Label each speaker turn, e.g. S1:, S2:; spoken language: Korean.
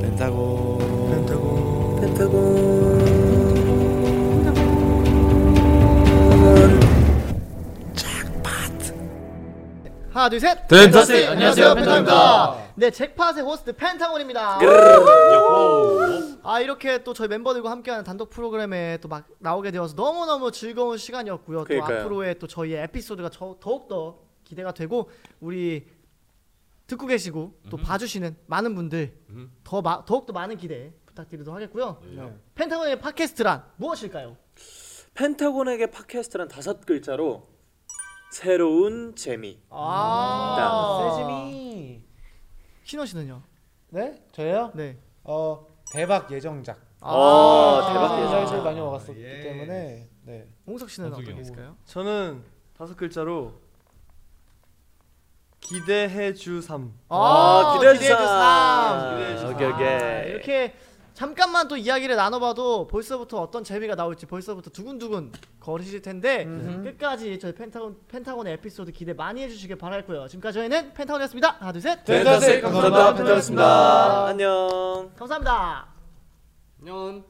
S1: 펜타곤
S2: 펜타곤
S1: 펜타곤
S3: 하나 둘 셋.
S1: 펜타스
S3: 안녕하세요, 펜타곤입니다. 네 잭팟의 호스트 펜타곤입니다. 아 이렇게 또 저희 멤버들과 함께하는 단독 프로그램에 또 막 나오게 되어서 너무 너무 즐거운 시간이었고요.
S4: 그러니까요.
S3: 또 앞으로의 또 저희의 에피소드가 더욱 더 기대가 되고 우리 듣고 계시고 또 봐주시는 많은 분들 더 마, 더욱 더 많은 기대 부탁드리도록 하겠고요. 펜타곤의 팟캐스트란 무엇일까요?
S4: 펜타곤에게 팟캐스트란 다섯 글자로 새로운 재미.
S3: 아,
S2: 세지미
S3: 신호 씨는요?
S5: 네? 저요?
S3: 네.
S5: 어 대박 예정작.
S4: 아, 대박
S5: 예정작을
S4: 예정.
S5: 많이 먹었었기 때문에 네.
S3: 홍석 씨는 어떤
S1: 홍석이
S3: 게
S1: 형.
S3: 있을까요?
S6: 저는 다섯 글자로 기대해 주삼.
S4: 아, 기대해 주삼.
S3: 아, 기대해 주삼.
S4: 오케이, 오케이.
S3: 아, 이렇게 잠깐만 또 이야기를 나눠봐도 벌써부터 어떤 재미가 나올지 벌써부터 두근두근 거리실 텐데
S4: 음.
S3: 끝까지 저희 펜타곤 펜타곤의 에피소드 기대 많이 해주시길 바랄고요. 지금까지 저희는 펜타곤이었습니다. 하나 둘 셋.
S4: 네,
S5: 펜타스
S4: 감사합니다. 펜타곤이었습니다. 안녕.
S3: 감사합니다.
S2: 안녕